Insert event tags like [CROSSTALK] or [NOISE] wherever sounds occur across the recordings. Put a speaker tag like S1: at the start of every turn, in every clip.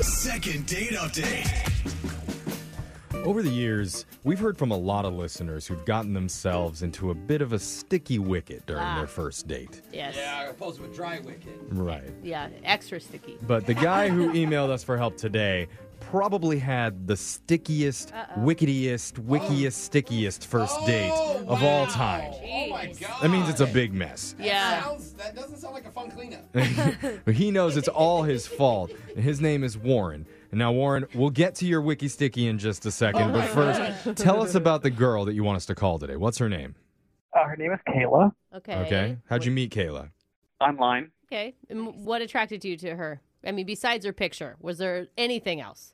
S1: Second date update.
S2: Over the years, we've heard from a lot of listeners who've gotten themselves into a bit of a sticky wicket during
S3: Ah.
S2: their first date.
S3: Yes. Yeah.
S4: Yeah, opposed to a dry wicket.
S2: Right.
S3: Extra sticky.
S2: But the guy
S3: [LAUGHS]
S2: who emailed us for help today probably had the stickiest, wicketiest, wickiest,
S3: Oh.
S2: stickiest first date of all time.
S4: Oh my god.
S2: That means it's a big mess.
S4: That
S3: Yeah. [LAUGHS]
S4: Sounds, that doesn't sound like a fun cleanup.
S2: But [LAUGHS] he knows it's all his fault. And his name is Warren. And now, Warren, we'll get to your wiki sticky in just a second.
S3: Oh
S2: but first, tell us about the girl that you want us to call today. What's her name?
S5: Uh, her name is Kayla.
S3: Okay.
S2: Okay. How'd you meet Kayla?
S5: Online.
S3: Okay. And what attracted you to her? I mean, besides her picture, was there anything else?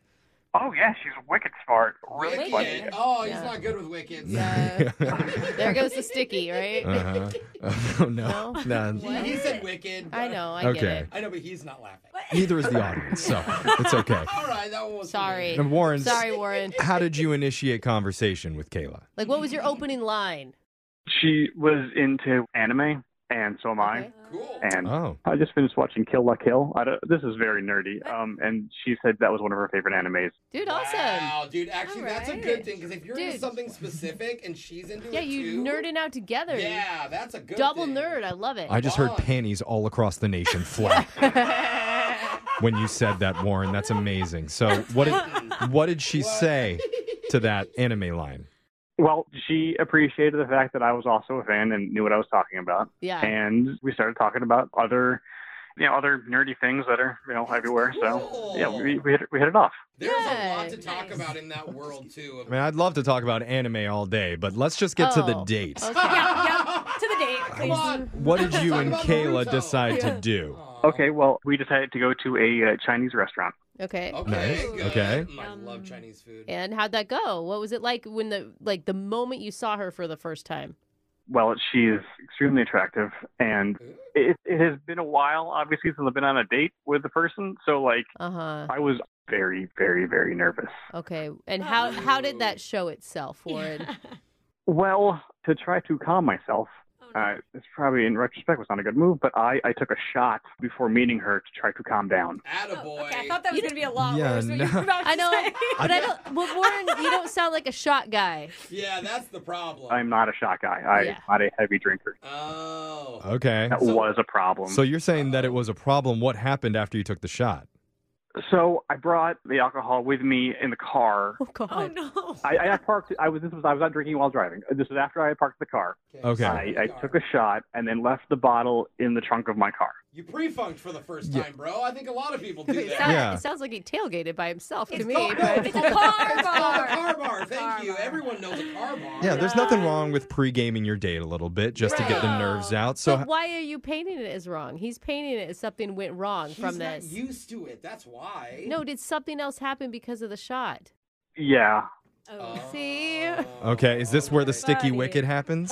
S5: Oh yeah, she's wicked smart. Really
S4: wicket.
S5: funny.
S4: Oh, he's
S3: Yeah.
S4: not good with wickets.
S3: There goes the
S4: [LAUGHS]
S3: sticky, right?
S2: Uh-huh. [LAUGHS] oh, no.
S3: No?
S2: no.
S4: He, he said wicked. but-
S3: I know. I get
S2: Okay.
S3: it.
S4: I know, but he's not laughing.
S2: Neither is the audience, so it's okay.
S4: All right, that one was
S3: Sorry.
S2: And Warren,
S3: Sorry, Warren.
S2: how did you initiate conversation with Kayla?
S3: Like, what was your opening line?
S5: She was into anime, and so am I.
S3: Okay.
S4: Cool.
S5: And
S2: Oh,
S5: I just finished watching Kill La Kill. I don't, this is very nerdy. Um, and she said that was one of her favorite animes.
S3: Dude, awesome.
S4: Wow, dude. Actually,
S3: All
S4: that's a
S3: right.
S4: good thing because if you're into
S3: Dude.
S4: something specific and she's into
S3: Yeah,
S4: it
S3: you
S4: too,
S3: nerding out together.
S4: Yeah, that's a good
S3: Double
S4: thing.
S3: nerd. I love it.
S4: [LAUGHS]
S2: I just heard
S4: on.
S2: panties all across the nation flap when you said that, Warren. That's amazing. So, what did, what did she
S4: What?
S2: say to that anime line?
S5: Well, she appreciated the fact that I was also a fan and knew what I was talking about.
S3: yeah.
S5: And we started talking about other, you know, other nerdy things that are you know everywhere. So yeah, we we hit, we hit it off.
S4: There's a lot
S3: Good.
S4: to talk
S3: Nice.
S4: about in that world too. [LAUGHS]
S2: I mean, I'd love to talk about anime all day, but let's just get to the
S3: Oh.
S2: date.
S6: yeah, yeah. To the date, please.
S4: Come on.
S2: What did you
S4: Talk
S2: and
S4: about
S2: Kayla
S4: Naruto.
S2: decide to do?
S4: Aw.
S5: Okay, well, we decided to go to a uh, Chinese restaurant.
S3: Okay.
S4: Okay.
S2: Nice.
S4: good.
S2: Okay.
S4: Mm, I love
S6: Um,
S4: Chinese food.
S3: And how'd that go? What was it like when the like the moment you saw her for the first time?
S5: Well, she is extremely attractive, and it, it has been a while, obviously, since I've been on a date with the person. So, like,
S3: Uh huh.
S5: I was very, very, very nervous.
S3: Okay. And how how did that show itself, Warren?
S5: Well, to try to calm myself,
S6: [LAUGHS] Oh, no.
S5: uh, it's probably in retrospect was not a good move, but I, I took a shot before meeting her to try to calm down.
S4: Attaboy.
S6: Oh, okay, I thought that was going to be a lot
S2: Yeah,
S6: worse. what you
S2: no.
S6: were about to
S3: I know,
S6: say.
S3: [LAUGHS] but I don't. Well, Warren, you don't sound like a shot guy.
S4: Yeah, that's the problem.
S5: I'm not a shot guy. I'm
S3: Yeah.
S5: not a heavy drinker.
S4: Oh.
S2: Okay.
S5: That
S4: So-
S5: was a problem.
S2: So you're saying that it was a problem. What happened after you took the shot?
S5: so I brought the alcohol with me in the car.
S3: [LAUGHS] Oh God.
S6: Oh no.
S5: I, I parked. I was. This was. I was not drinking while driving. This was after I had parked the car.
S2: Okay.
S5: I, I took a shot and then left the bottle in the trunk of my car.
S4: You pre-funked for the first time, bro. I think a lot of people
S2: [LAUGHS]
S4: do
S3: It,
S4: that.
S3: sound-
S2: Yeah.
S3: it sounds like he tailgated by himself to
S6: It's
S3: me.
S4: called-
S3: but-
S6: It's a car
S4: It's called a
S6: bar.
S4: car bar. Thank
S6: Car
S4: you.
S6: bar.
S4: Everyone knows a car bar.
S2: Yeah, there's nothing wrong with pre-gaming your date a little bit just to get the
S6: Right.
S2: nerves out. [LAUGHS] So
S3: But why are you painting it as wrong? He's painting it as something went wrong
S4: He's
S3: from
S4: not
S3: this.
S4: used to it. That's why.
S3: No, did something else happen because of the shot?
S5: Yeah,
S6: Oh.
S3: See?
S2: okay, is this where the
S4: okay. [LAUGHS]
S2: sticky
S6: Buddy.
S2: wicket happens?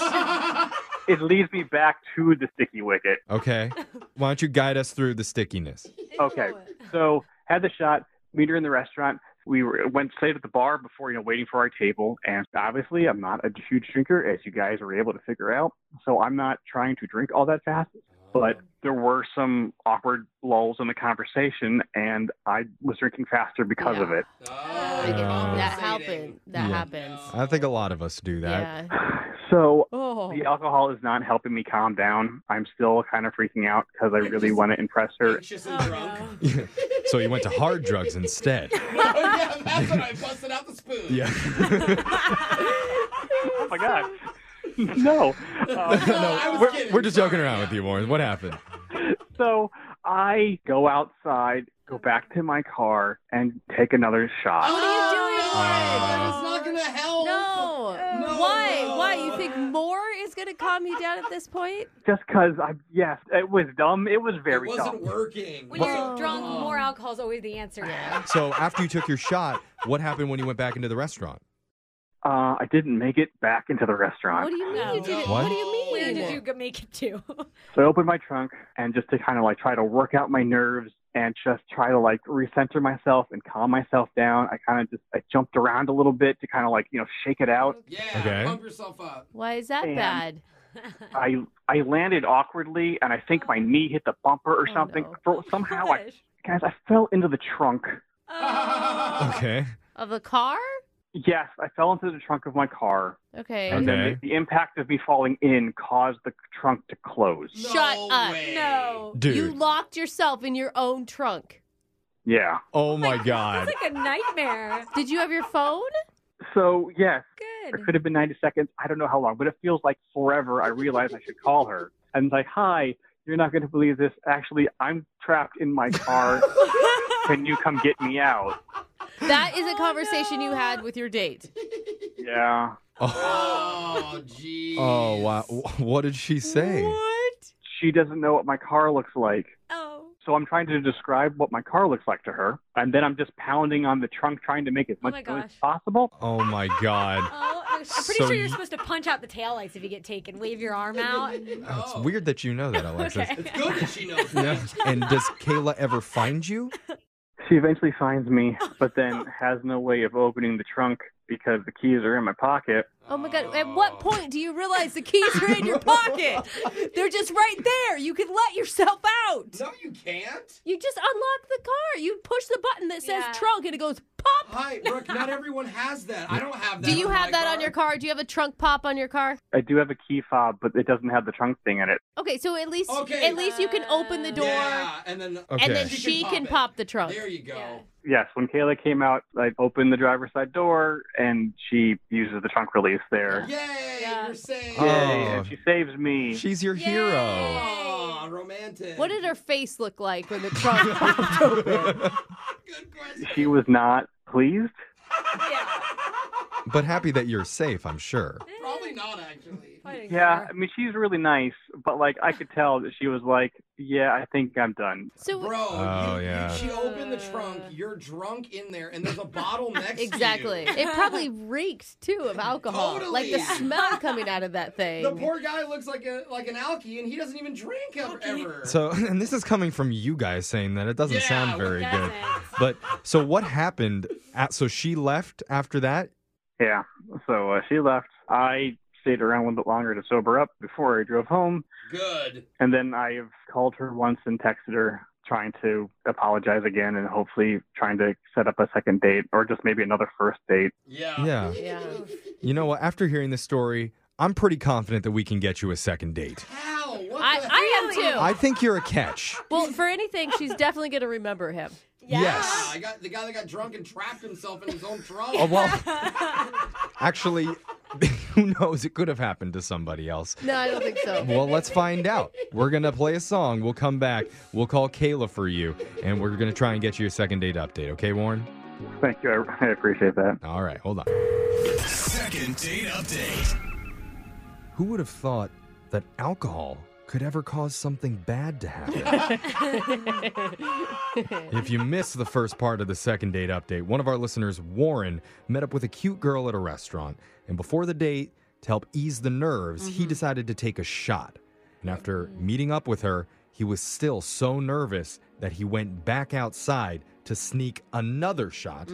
S5: it leads me back to the sticky wicket.
S2: Okay. Why don't you guide us through the stickiness?
S5: Okay, so had the shot, meet her in the restaurant. We were, went stayed at the bar before you know waiting for our table, and obviously I'm not a huge drinker, as you guys were able to figure out. So I'm not trying to drink all that fast. But there were some awkward lulls in the conversation, and I was drinking faster because of
S3: Yeah.
S5: it.
S4: Oh,
S6: I
S3: Like,
S2: get it. Uh,
S3: that
S4: compensating.
S3: happened. That
S2: Yeah.
S3: happens.
S2: I think a lot of us do that.
S3: Yeah.
S2: [LAUGHS]
S5: So
S3: Oh.
S5: The alcohol is not helping me calm down. I'm still kind of freaking out because I really
S4: Just-
S5: want to impress
S4: [LAUGHS]
S5: her.
S4: Anxious and
S6: Oh,
S4: drunk.
S6: no.
S2: so you went to hard drugs instead.
S4: yeah, that's when I busted out the spoon.
S2: Yeah. [LAUGHS]
S5: Oh my god. [LAUGHS] no. Um,
S4: No, I was
S2: we're,
S4: kidding.
S2: we're just
S4: Sorry.
S2: joking around with you, Warren. What happened?
S5: so I go outside, go back to my car, and take another
S4: Oh.
S5: shot.
S6: What are you doing?
S4: No,
S6: Warren?
S4: it's not gonna help.
S3: [LAUGHS] No.
S6: No.
S3: Why? Why? You think more is going to calm you down at this point?
S5: Just because I, yes, it was dumb. It was
S4: It
S5: very
S4: wasn't
S5: dumb.
S4: working.
S6: When
S3: Well-
S6: you're drunk,
S2: uh,
S6: more alcohol is always the answer.
S2: So after you took your shot, what happened when you went back into the restaurant?
S5: Uh, I didn't make it back into the
S3: What
S5: restaurant.
S3: do you mean
S6: No.
S3: you did it?
S2: What?
S3: What do you mean?
S6: Where did you g- make
S5: [LAUGHS]
S6: it to?
S5: So I opened my trunk and just to kind of like try to work out my nerves and just try to like recenter myself and calm myself down. I kind of just I jumped around a little bit to kind of like you know shake it out.
S4: Yeah.
S2: Okay.
S4: Pump yourself up.
S3: Why is that
S5: And-
S3: bad?
S5: I I landed awkwardly, and I think my knee hit the bumper or
S3: Oh,
S5: something.
S3: no. [LAUGHS]
S5: For, somehow, I,
S6: Gosh.
S5: guys, I fell into the trunk.
S6: Oh,
S2: Okay.
S3: of the car.
S5: Yes, I fell into the trunk of my car,
S3: Okay.
S4: Uh,
S5: and
S2: Okay.
S5: then the, the impact of me falling in caused the trunk to close.
S3: Shut
S4: no
S3: up.
S4: Way.
S6: No.
S2: Dude.
S3: You locked yourself in your own trunk.
S5: Yeah.
S2: oh my God.
S6: That's like a nightmare.
S3: Did you have your phone?
S5: So yes, it
S6: Good.
S5: could have been 90 seconds. I don't know how long, but it feels like forever. I realize I should call her and say, "Hi, you're not going to believe this. Actually, I'm trapped in
S3: [LAUGHS]
S5: my car. Can you come get me out?"
S3: That is a conversation you had with your date.
S5: Yeah.
S4: [LAUGHS]
S2: Oh,
S4: Oh, jeez. [LAUGHS]
S2: oh, wow. What did she say?
S6: What?
S5: She doesn't know what my car looks like.
S6: Oh.
S5: So I'm trying to describe what my car looks like to her, and then I'm just pounding on the trunk, trying to make as
S6: Oh
S5: much
S6: my
S5: noise
S6: gosh.
S5: as possible.
S2: Oh my God.
S6: Oh, I'm pretty
S2: So
S6: sure you're
S2: you-
S6: supposed to punch out the taillights if you get taken. Wave your arm
S3: Uh,
S6: out.
S2: Oh, it's
S4: Oh.
S2: weird that you know that, Alexis.
S6: Okay.
S4: It's good that she knows
S2: Yeah.
S4: that.
S2: [LAUGHS] And does Kayla ever find you?
S5: She eventually finds
S6: [LAUGHS]
S5: me, but then has no way of opening the trunk because the keys are in my pocket.
S3: Oh my god! At what point do you realize the keys are in your pocket? They're just right there. You can let yourself out.
S4: No, you can't.
S3: You just unlock the car. You push the button that says
S6: Yeah.
S3: trunk, and it goes pop.
S4: Hi, Brooke.
S3: [LAUGHS]
S4: Not everyone has that. I don't have that.
S3: Do you
S4: on
S3: have
S4: my
S3: that
S4: car.
S3: on your car? Do you have a trunk pop on your car?
S5: I do have a key fob, but it doesn't have the trunk thing in it.
S3: Okay, so at least
S4: Okay.
S3: at least you can open the door,
S4: Yeah, and then
S2: Okay.
S3: and then
S4: She
S3: she
S4: can pop
S3: can
S4: it.
S3: pop the trunk.
S4: there you go.
S6: Yeah.
S5: Yes, when Kayla came out, I opened the driver's side door, and she uses the trunk release there.
S4: Yay!
S6: Yeah.
S4: You're safe.
S2: Oh.
S5: Yay, and she saves me.
S2: She's your
S6: Yay.
S2: [LAUGHS] hero.
S4: Aw, romantic.
S3: What
S2: [LAUGHS]
S3: did her [LAUGHS] face look like when the trunk
S4: [LAUGHS]
S3: [LAUGHS] popped?
S4: Good question.
S5: She was not pleased.
S6: Yeah.
S2: But happy that you're safe, I'm sure.
S4: Probably not actually.
S6: I didn't
S5: Yeah,
S6: care.
S5: I mean, she's really nice, but like I could tell that she was like, "Yeah, I think I'm done."
S3: So
S4: Bro,
S2: Oh,
S4: you- you-
S2: yeah.
S4: she opened the trunk. You're drunk in there, and there's a
S3: [LAUGHS]
S4: bottle next to you.
S2: [LAUGHS]
S3: exactly, it probably reeked too of alcohol,
S4: Totally.
S3: like the
S4: Yeah. [LAUGHS]
S3: smell coming out of that thing.
S4: The poor guy looks like a like an alky, and he doesn't even drink ever. ever.
S2: So, [LAUGHS] and this is coming from you guys saying that it doesn't
S4: Yeah,
S2: sound
S4: well,
S2: very good.
S6: doesn't.
S2: But so what happened? At, so she left after that.
S5: Yeah, so uh, she left. I stayed around a little bit longer to sober up before I drove home,
S4: good.
S5: and then I've called her once and texted her, trying to apologize again, and hopefully trying to set up a second date or just maybe another first date.
S4: Yeah. [LAUGHS]
S2: Yeah.
S3: yeah.
S2: You know what? After hearing this story, I'm pretty confident that we can get you a second date.
S4: How? What
S3: I,
S4: the
S3: I am too.
S2: I think you're a catch.
S3: Well, for anything, she's definitely going to remember him.
S2: Yes.
S4: I got the guy that got drunk and trapped himself in his own trunk. [LAUGHS]
S2: Oh, well, actually, [LAUGHS] who knows? It could have happened to somebody else.
S3: No, I don't think so.
S2: Well, let's find out. We're going to play a song. We'll come back. We'll call Kayla for you, and we're going to try and get you a second date update. Okay, Warren?
S5: Thank you, I, I appreciate that.
S2: All right, hold on.
S1: Second date update.
S2: Who would have thought that alcohol could ever cause something bad to happen? if you missed the first part of the second date update, one of our listeners, Warren, met up with a cute girl at a restaurant. And before the date, to help ease the nerves, he decided to take a shot. And after meeting up with her, he was still so nervous that he went back outside to sneak another shot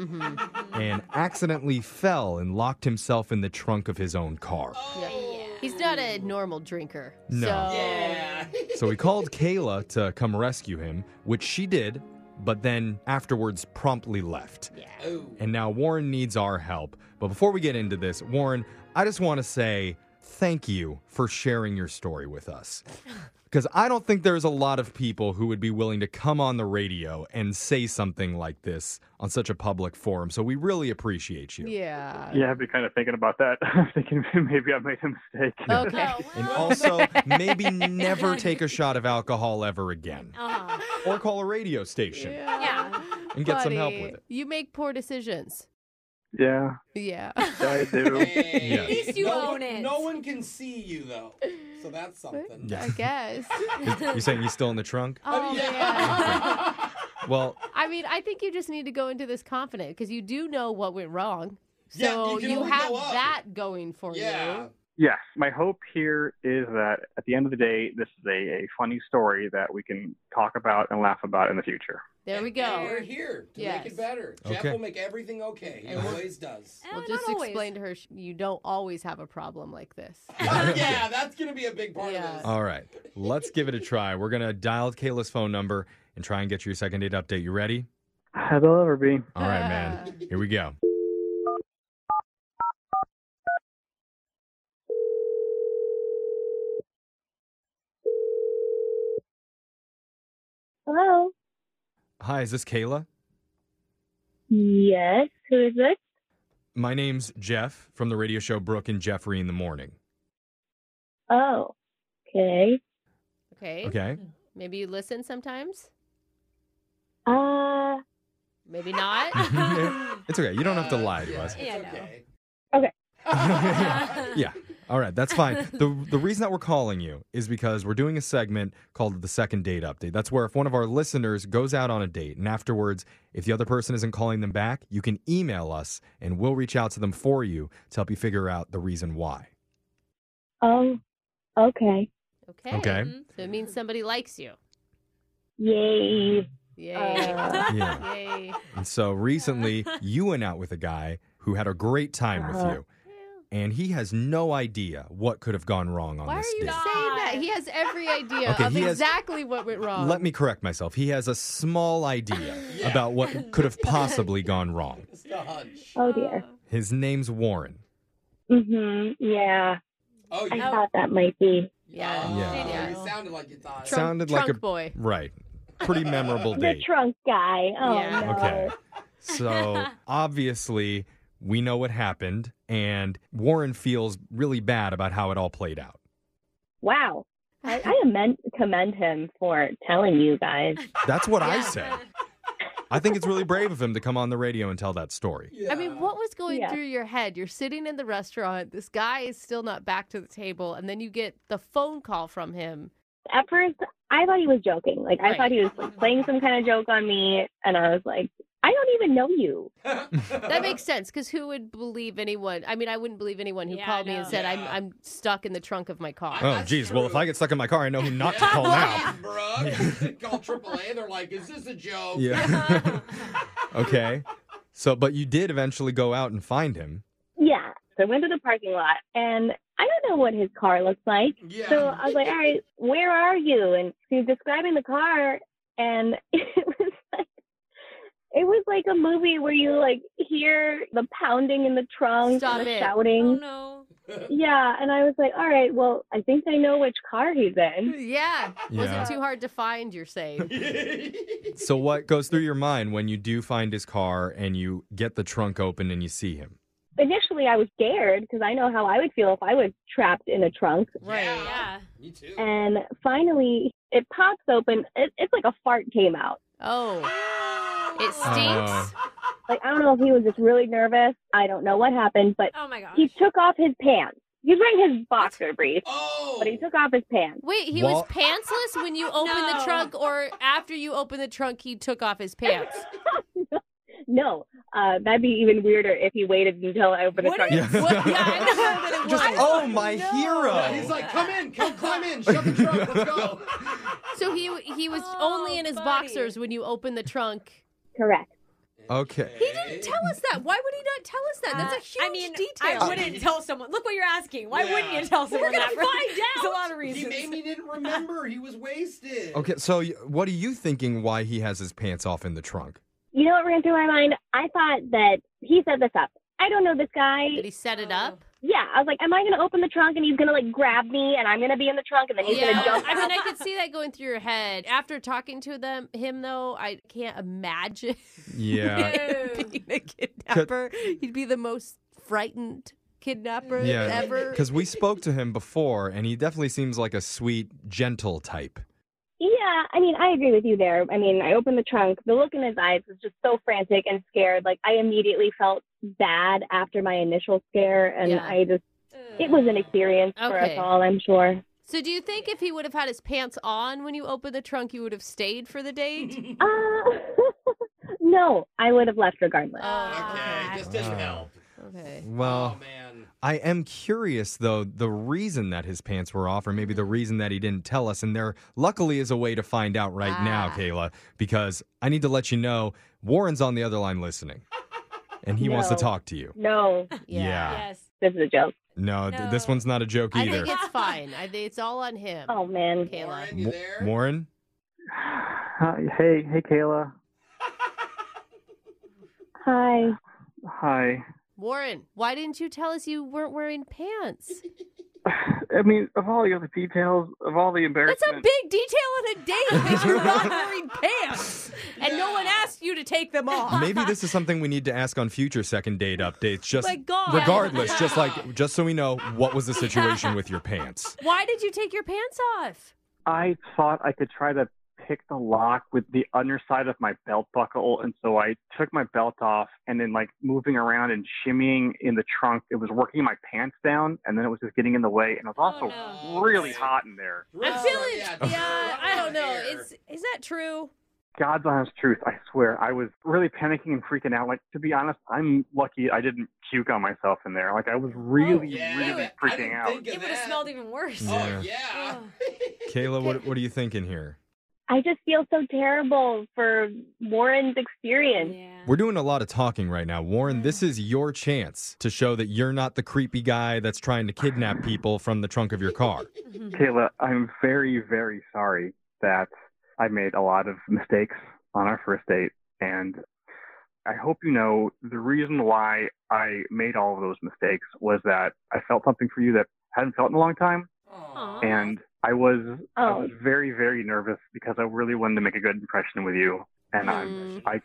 S2: and accidentally fell and locked himself in the trunk of his own car.
S3: He's not a normal drinker.
S2: No.
S3: So [LAUGHS]
S4: Yeah.
S2: So he called Kayla to come rescue him, which she did, but then afterwards promptly left.
S4: Oh.
S2: And now Warren needs our help. But before we get into this, Warren, I just want to say thank you for sharing your story with us. Because I don't think there's a lot of people who would be willing to come on the radio and say something like this on such a public forum. So we really appreciate you.
S3: yeah.
S5: Yeah, I've been kind of thinking about that. [LAUGHS] I'm thinking maybe I made a mistake.
S6: Oh,
S3: Okay.
S6: [LAUGHS]
S2: And also, maybe never take a shot of alcohol ever again
S6: Uh-huh.
S2: or call a radio station.
S6: Yeah.
S2: and get some help
S3: Buddy,
S2: with it.
S3: You make poor decisions.
S5: [LAUGHS] yeah,
S3: Yeah.
S5: I
S4: [LAUGHS]
S5: do.
S4: Hey.
S2: Yeah. At
S6: least you
S4: no,
S6: own it.
S4: No one can see you though, so
S3: [LAUGHS]
S4: that's something.
S2: [LAUGHS] Yeah.
S4: [LAUGHS]
S3: I guess.
S2: You're saying he's still in the trunk?
S3: Oh
S4: [LAUGHS]
S3: man.
S4: Yeah.
S2: Well,
S3: I mean, I think you just need to go into this confident because you do know what went wrong.
S4: Yeah,
S3: So
S4: you can
S3: you,
S4: only
S3: have
S4: go up.
S3: that going for
S4: yeah.
S3: you.
S5: Yes, my hope here is that at the end of the day, this is a, a funny story that we can talk about and laugh about in the future.
S3: There we
S4: And
S3: go.
S4: We're here to
S3: Yes.
S4: make it better. Jeff
S2: Okay.
S4: will make everything okay. He
S3: And we'll-
S4: always does.
S6: Eh,
S3: Well,
S6: not
S3: just
S6: always.
S3: explain to her sh- you don't always have a problem like this.
S4: [LAUGHS] yeah, that's gonna be a big part
S3: Yeah.
S4: of this.
S2: all right. Let's give it a try. We're going to dial Kayla's phone number and try and get your second date update. You ready?
S5: They'll ever be.
S2: [LAUGHS] All right,
S3: [LAUGHS]
S2: man. Here we go.
S7: Hello.
S2: Hi, is this Kayla?
S7: Yes. Who is this?
S2: My name's Jeff from the radio show Brooke and Jeffrey in the Morning.
S7: Oh. Okay.
S3: Okay.
S2: Okay.
S3: Maybe you listen sometimes.
S7: Uh.
S3: Maybe not.
S2: [LAUGHS]
S6: [LAUGHS]
S2: it's okay. You don't have to lie
S4: Uh,
S2: to
S4: yeah,
S2: us.
S4: it's
S6: Yeah, no.
S4: okay. [LAUGHS]
S7: Okay.
S2: yeah. All right, that's
S3: [LAUGHS]
S2: fine. The the reason that we're calling you is because we're doing a segment called the second date update. That's where if one of our listeners goes out on a date and afterwards, if the other person isn't calling them back, you can email us and we'll reach out to them for you to help you figure out the reason why.
S7: Oh. Okay.
S3: okay.
S2: Okay.
S3: So it means somebody likes you.
S7: Yay.
S3: Yay.
S2: [LAUGHS]
S7: Uh,
S2: Yeah.
S3: Yay.
S2: And so
S3: [LAUGHS]
S2: recently, you went out with a guy who had a great time with
S7: Uh-huh.
S2: you, and he has no idea what could have gone wrong on
S3: Why are
S2: this
S3: you
S2: date.
S3: saying that? He has every idea
S2: Okay,
S3: of
S2: he has-
S3: exactly what went wrong.
S2: Let me correct myself. He has a small idea
S3: [LAUGHS]
S2: about what could have possibly gone wrong.
S4: Just a hunch.
S7: Oh dear.
S2: His name's Warren.
S7: Mhm. Yeah.
S4: Oh,
S7: I
S4: you,
S6: Oh.
S7: thought that might be
S3: Yeah.
S4: Oh,
S2: Yeah.
S4: you sounded like you thought.
S3: Trunk,
S2: Sounded like
S3: trunk
S2: a-
S3: boy.
S2: Right. Pretty
S7: [LAUGHS]
S2: memorable
S7: the
S2: date.
S7: trunk guy. Oh
S3: Yeah.
S7: no.
S2: Okay. So obviously, we know what happened, and Warren feels really bad about how it all played out.
S7: Wow. I, I amend, commend him for telling you guys.
S2: That's what I
S3: Yeah.
S2: say. I think it's really brave of him to come on the radio and tell that story.
S4: Yeah.
S3: [LAUGHS] I
S4: [LAUGHS]
S3: mean, what was going
S7: Yeah.
S3: through your head? You're sitting in the restaurant. This guy is still not back to the table, and then you get the phone call from him.
S7: At first, I thought he was joking. Like I
S3: Right.
S7: thought he was like, playing some kind of joke on me, and I was like, I don't even know you.
S3: That makes sense because who would believe anyone? I mean, I wouldn't believe anyone who
S6: Yeah,
S3: called
S6: I
S3: me and
S6: know.
S3: said I'm
S4: Yeah.
S3: I'm stuck in the trunk of my car.
S2: Oh,
S4: That's
S2: geez. Well, if
S4: true.
S2: I get stuck in my car, I know
S4: [LAUGHS]
S2: who not to call now. [LAUGHS]
S4: Brooke. Call AAA. They're like, is this a joke?
S2: Yeah. okay. So, but you did eventually go out and find him.
S7: Yeah. So I went to the parking lot, and I don't know what his car looks like.
S4: [LAUGHS] Yeah.
S7: So uh,
S4: [LAUGHS]
S7: I was like, all right, where are you? And he was describing the car, and [LAUGHS] it was like, it was like a movie where you like hear the pounding in the trunk,
S3: Stop
S7: and the
S3: it.
S6: Oh
S7: shouting.
S6: no.
S7: Yeah, and I was like, all right, well, I think I know which car he's in.
S3: Yeah.
S2: Yeah.
S3: Wasn't too hard to find, you're
S2: [LAUGHS]
S3: saying.
S2: So, what goes through your mind when you do find his car and you get the trunk open and you see him?
S7: Initially, I was scared because I know how I would feel if I was trapped in a trunk.
S3: Right.
S6: Yeah.
S4: Me too.
S7: And finally, it pops open. It, it's like a fart came out.
S3: Oh.
S4: Ah!
S3: It stinks.
S4: Uh,
S2: Oh.
S7: like I don't know if he was just really nervous. I don't know what happened, but
S6: Oh my gosh.
S7: he took off his pants. He was wearing his boxer briefs,
S4: oh.
S7: but he took off his pants.
S3: Wait, he
S2: Walt-
S3: was pantsless when you opened the
S6: No.
S3: trunk, or after you opened the trunk, he took off his pants.
S7: No, uh, that'd be even weirder if he waited until I opened the
S6: What
S7: trunk.
S6: is-
S2: Yeah.
S3: What? Yeah, I know that it
S2: [LAUGHS]
S3: was.
S2: Just, oh, my
S4: Yeah,
S2: hero.
S4: he's like, come in, come climb in, shut the trunk, let's go.
S2: [LAUGHS]
S4: [LAUGHS]
S3: So he he was
S6: Oh,
S3: only in his
S6: buddy.
S3: boxers when you opened the trunk.
S7: Correct.
S2: Okay.
S4: He didn't
S3: Tell us that. Why would he not tell us that? That's a huge
S6: Uh, I mean,
S3: detail.
S6: I wouldn't tell someone. Look what you're asking. Why
S4: Yeah.
S6: wouldn't you tell someone?
S3: gonna
S6: that?
S3: find
S6: [LAUGHS] There's a lot of
S4: He
S6: reasons.
S4: maybe didn't remember. He was wasted. [LAUGHS]
S2: Okay. So, y- what are you thinking why he has his pants off in the trunk?
S7: You know what ran through my mind? I thought that he set this up. I don't know this guy.
S3: Did he set it up?
S7: Yeah, I was like, am I gonna open the trunk and he's gonna like grab me and I'm gonna be in the trunk
S6: Oh.
S7: and then he's
S3: Yeah,
S7: gonna jump?
S3: I mean, I could see that going through your head. After talking to them, him though, I can't imagine [LAUGHS]
S2: Yeah.
S3: him being a kidnapper. He'd be the most frightened kidnapper
S2: Yeah.
S3: ever.
S2: Because we spoke to him before, and he definitely seems like a sweet, gentle type.
S7: Yeah, I mean, I agree with you there. I mean, I opened the trunk. The look in his eyes was just so frantic and scared. Like, I immediately felt bad after my initial scare. And
S3: Yeah.
S7: I just, it was an experience for
S3: Okay.
S7: us all, I'm sure.
S3: So, do you think if he would have had his pants on when you opened the trunk, you would have stayed for the date?
S7: Uh, [LAUGHS] no, I would have left regardless.
S6: Oh,
S4: Okay, this didn't
S2: Ah.
S4: help.
S3: [LAUGHS] Okay.
S2: Well,
S4: oh man.
S2: I am curious, though, the reason that his pants were off, or maybe the reason that he didn't tell us. And there luckily is a way to find out right now,
S3: Ah.
S2: Kayla, because I need to let you know Warren's on the other line listening, and he wants to
S7: No.
S2: talk to you.
S7: No,
S6: Yes.
S7: this is a joke.
S2: No, th- this
S6: No.
S2: one's not a joke
S3: I
S2: either.
S3: think
S2: [LAUGHS]
S3: it's fine. I think it's all on him.
S7: Oh, man.
S3: Kayla.
S4: Warren, you
S2: Wa-
S4: there?
S2: Warren?
S5: Hi- hey, hey, Kayla.
S7: Hi.
S5: Hi.
S8: Warren, why didn't you tell us you weren't wearing pants?
S5: I mean, of all the other details, of all the
S3: That's a
S5: embarrassment.
S3: big detail on a date that
S2: [LAUGHS]
S3: you're not wearing pants and no one asked you to take them off. [LAUGHS]
S2: Maybe this is something we need to ask on future second date updates. Just
S3: My God.
S2: regardless, just
S3: [LAUGHS]
S2: like just so we know what was the situation with your pants.
S8: Why did you take your pants off?
S5: I thought I could try to pick the lock with the underside of my belt buckle, and so I took my belt off, and then like moving around and shimmying in the trunk, it was working my pants down, and then it was just getting in the way, and it was also
S6: Oh, no.
S5: really hot in there.
S6: I'm
S4: Rough,
S6: feeling.
S2: [LAUGHS]
S6: Yeah,
S4: just [LAUGHS] rough
S6: I don't know.
S4: hair.
S6: It's
S3: Is that true?
S5: God's honest truth, I swear, I was really panicking and freaking out. Like to be honest, I'm lucky I didn't puke on myself in there. Like I was really,
S4: Oh, yeah.
S5: really
S4: I
S5: freaking
S4: didn't
S5: out.
S4: think of
S6: it would have
S4: that.
S6: smelled even worse.
S2: Yeah.
S4: Oh yeah.
S6: [LAUGHS]
S2: Kayla, what what are you thinking here?
S7: I just feel so terrible for Warren's experience.
S6: Yeah.
S2: We're doing a lot of talking right now. Warren, this is your chance to show that you're not the creepy guy that's trying to kidnap people from the trunk of your car.
S6: Mm-hmm.
S5: Kayla, I'm very, very sorry that I made a lot of mistakes on our first date. And I hope you know the reason why I made all of those mistakes was that I felt something for you that I hadn't felt in a long time.
S4: Aw.
S5: And I was, I
S7: Oh,
S5: was very, very nervous because I really wanted to make a good impression with you. And I'm,
S8: Mm.
S5: I,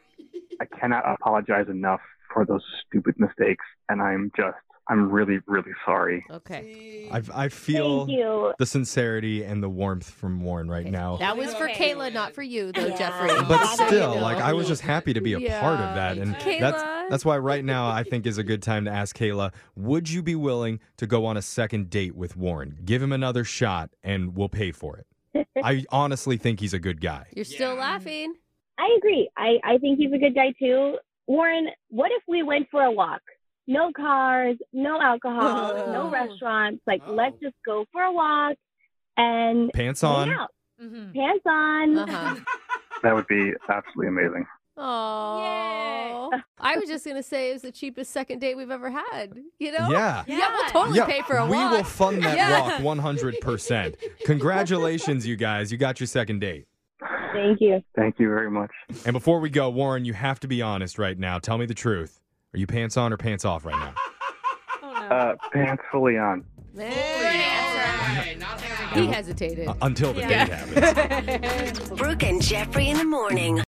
S5: I cannot apologize enough for those stupid mistakes. And I'm just, I'm really, really sorry.
S8: Okay.
S4: See?
S2: I I
S7: thank
S2: feel
S7: you.
S2: the sincerity and the warmth from Warren right now.
S8: That was for
S6: Okay.
S8: Kayla, not for you, though,
S6: Yeah.
S8: Jeffrey.
S2: but
S8: Just so you
S2: still,
S8: know.
S2: like I was just happy to be a part of that, and
S8: Kayla.
S2: that's that's why right now I think is a good time to ask Kayla, would you be willing to go on a second date with Warren? Give him another shot, and we'll pay for it. [LAUGHS] I honestly think he's a good guy.
S8: You're still
S4: Yeah.
S8: laughing.
S7: I agree. I, I think he's a good guy too. Warren, what if we went for a walk? No cars, no alcohol,
S4: Oh.
S7: no restaurants. Like,
S4: Oh.
S7: let's just go for a walk and
S2: Pants
S7: hang
S2: on.
S7: out.
S6: Mm-hmm.
S7: Pants
S2: [LAUGHS]
S7: on.
S8: Uh-huh.
S5: That would be absolutely amazing.
S8: Oh. I was just going to say it was the cheapest second date we've ever had, you know?
S2: Yeah.
S8: Yeah, we'll totally pay for a
S2: we
S8: walk.
S2: will fund that
S3: Yeah.
S2: walk 100%. Congratulations, you guys. You got your second date.
S7: Thank you.
S5: Thank you very much.
S2: And before we go, Warren, you have to be honest right now. Tell me the truth. Are you pants on or pants off right now?
S5: [LAUGHS] Uh, pants fully on.
S4: All right,
S2: [LAUGHS]
S4: not half.
S8: He hesitated.
S2: Until the Uh, date happens.
S9: Brooke and Jeffrey in the morning.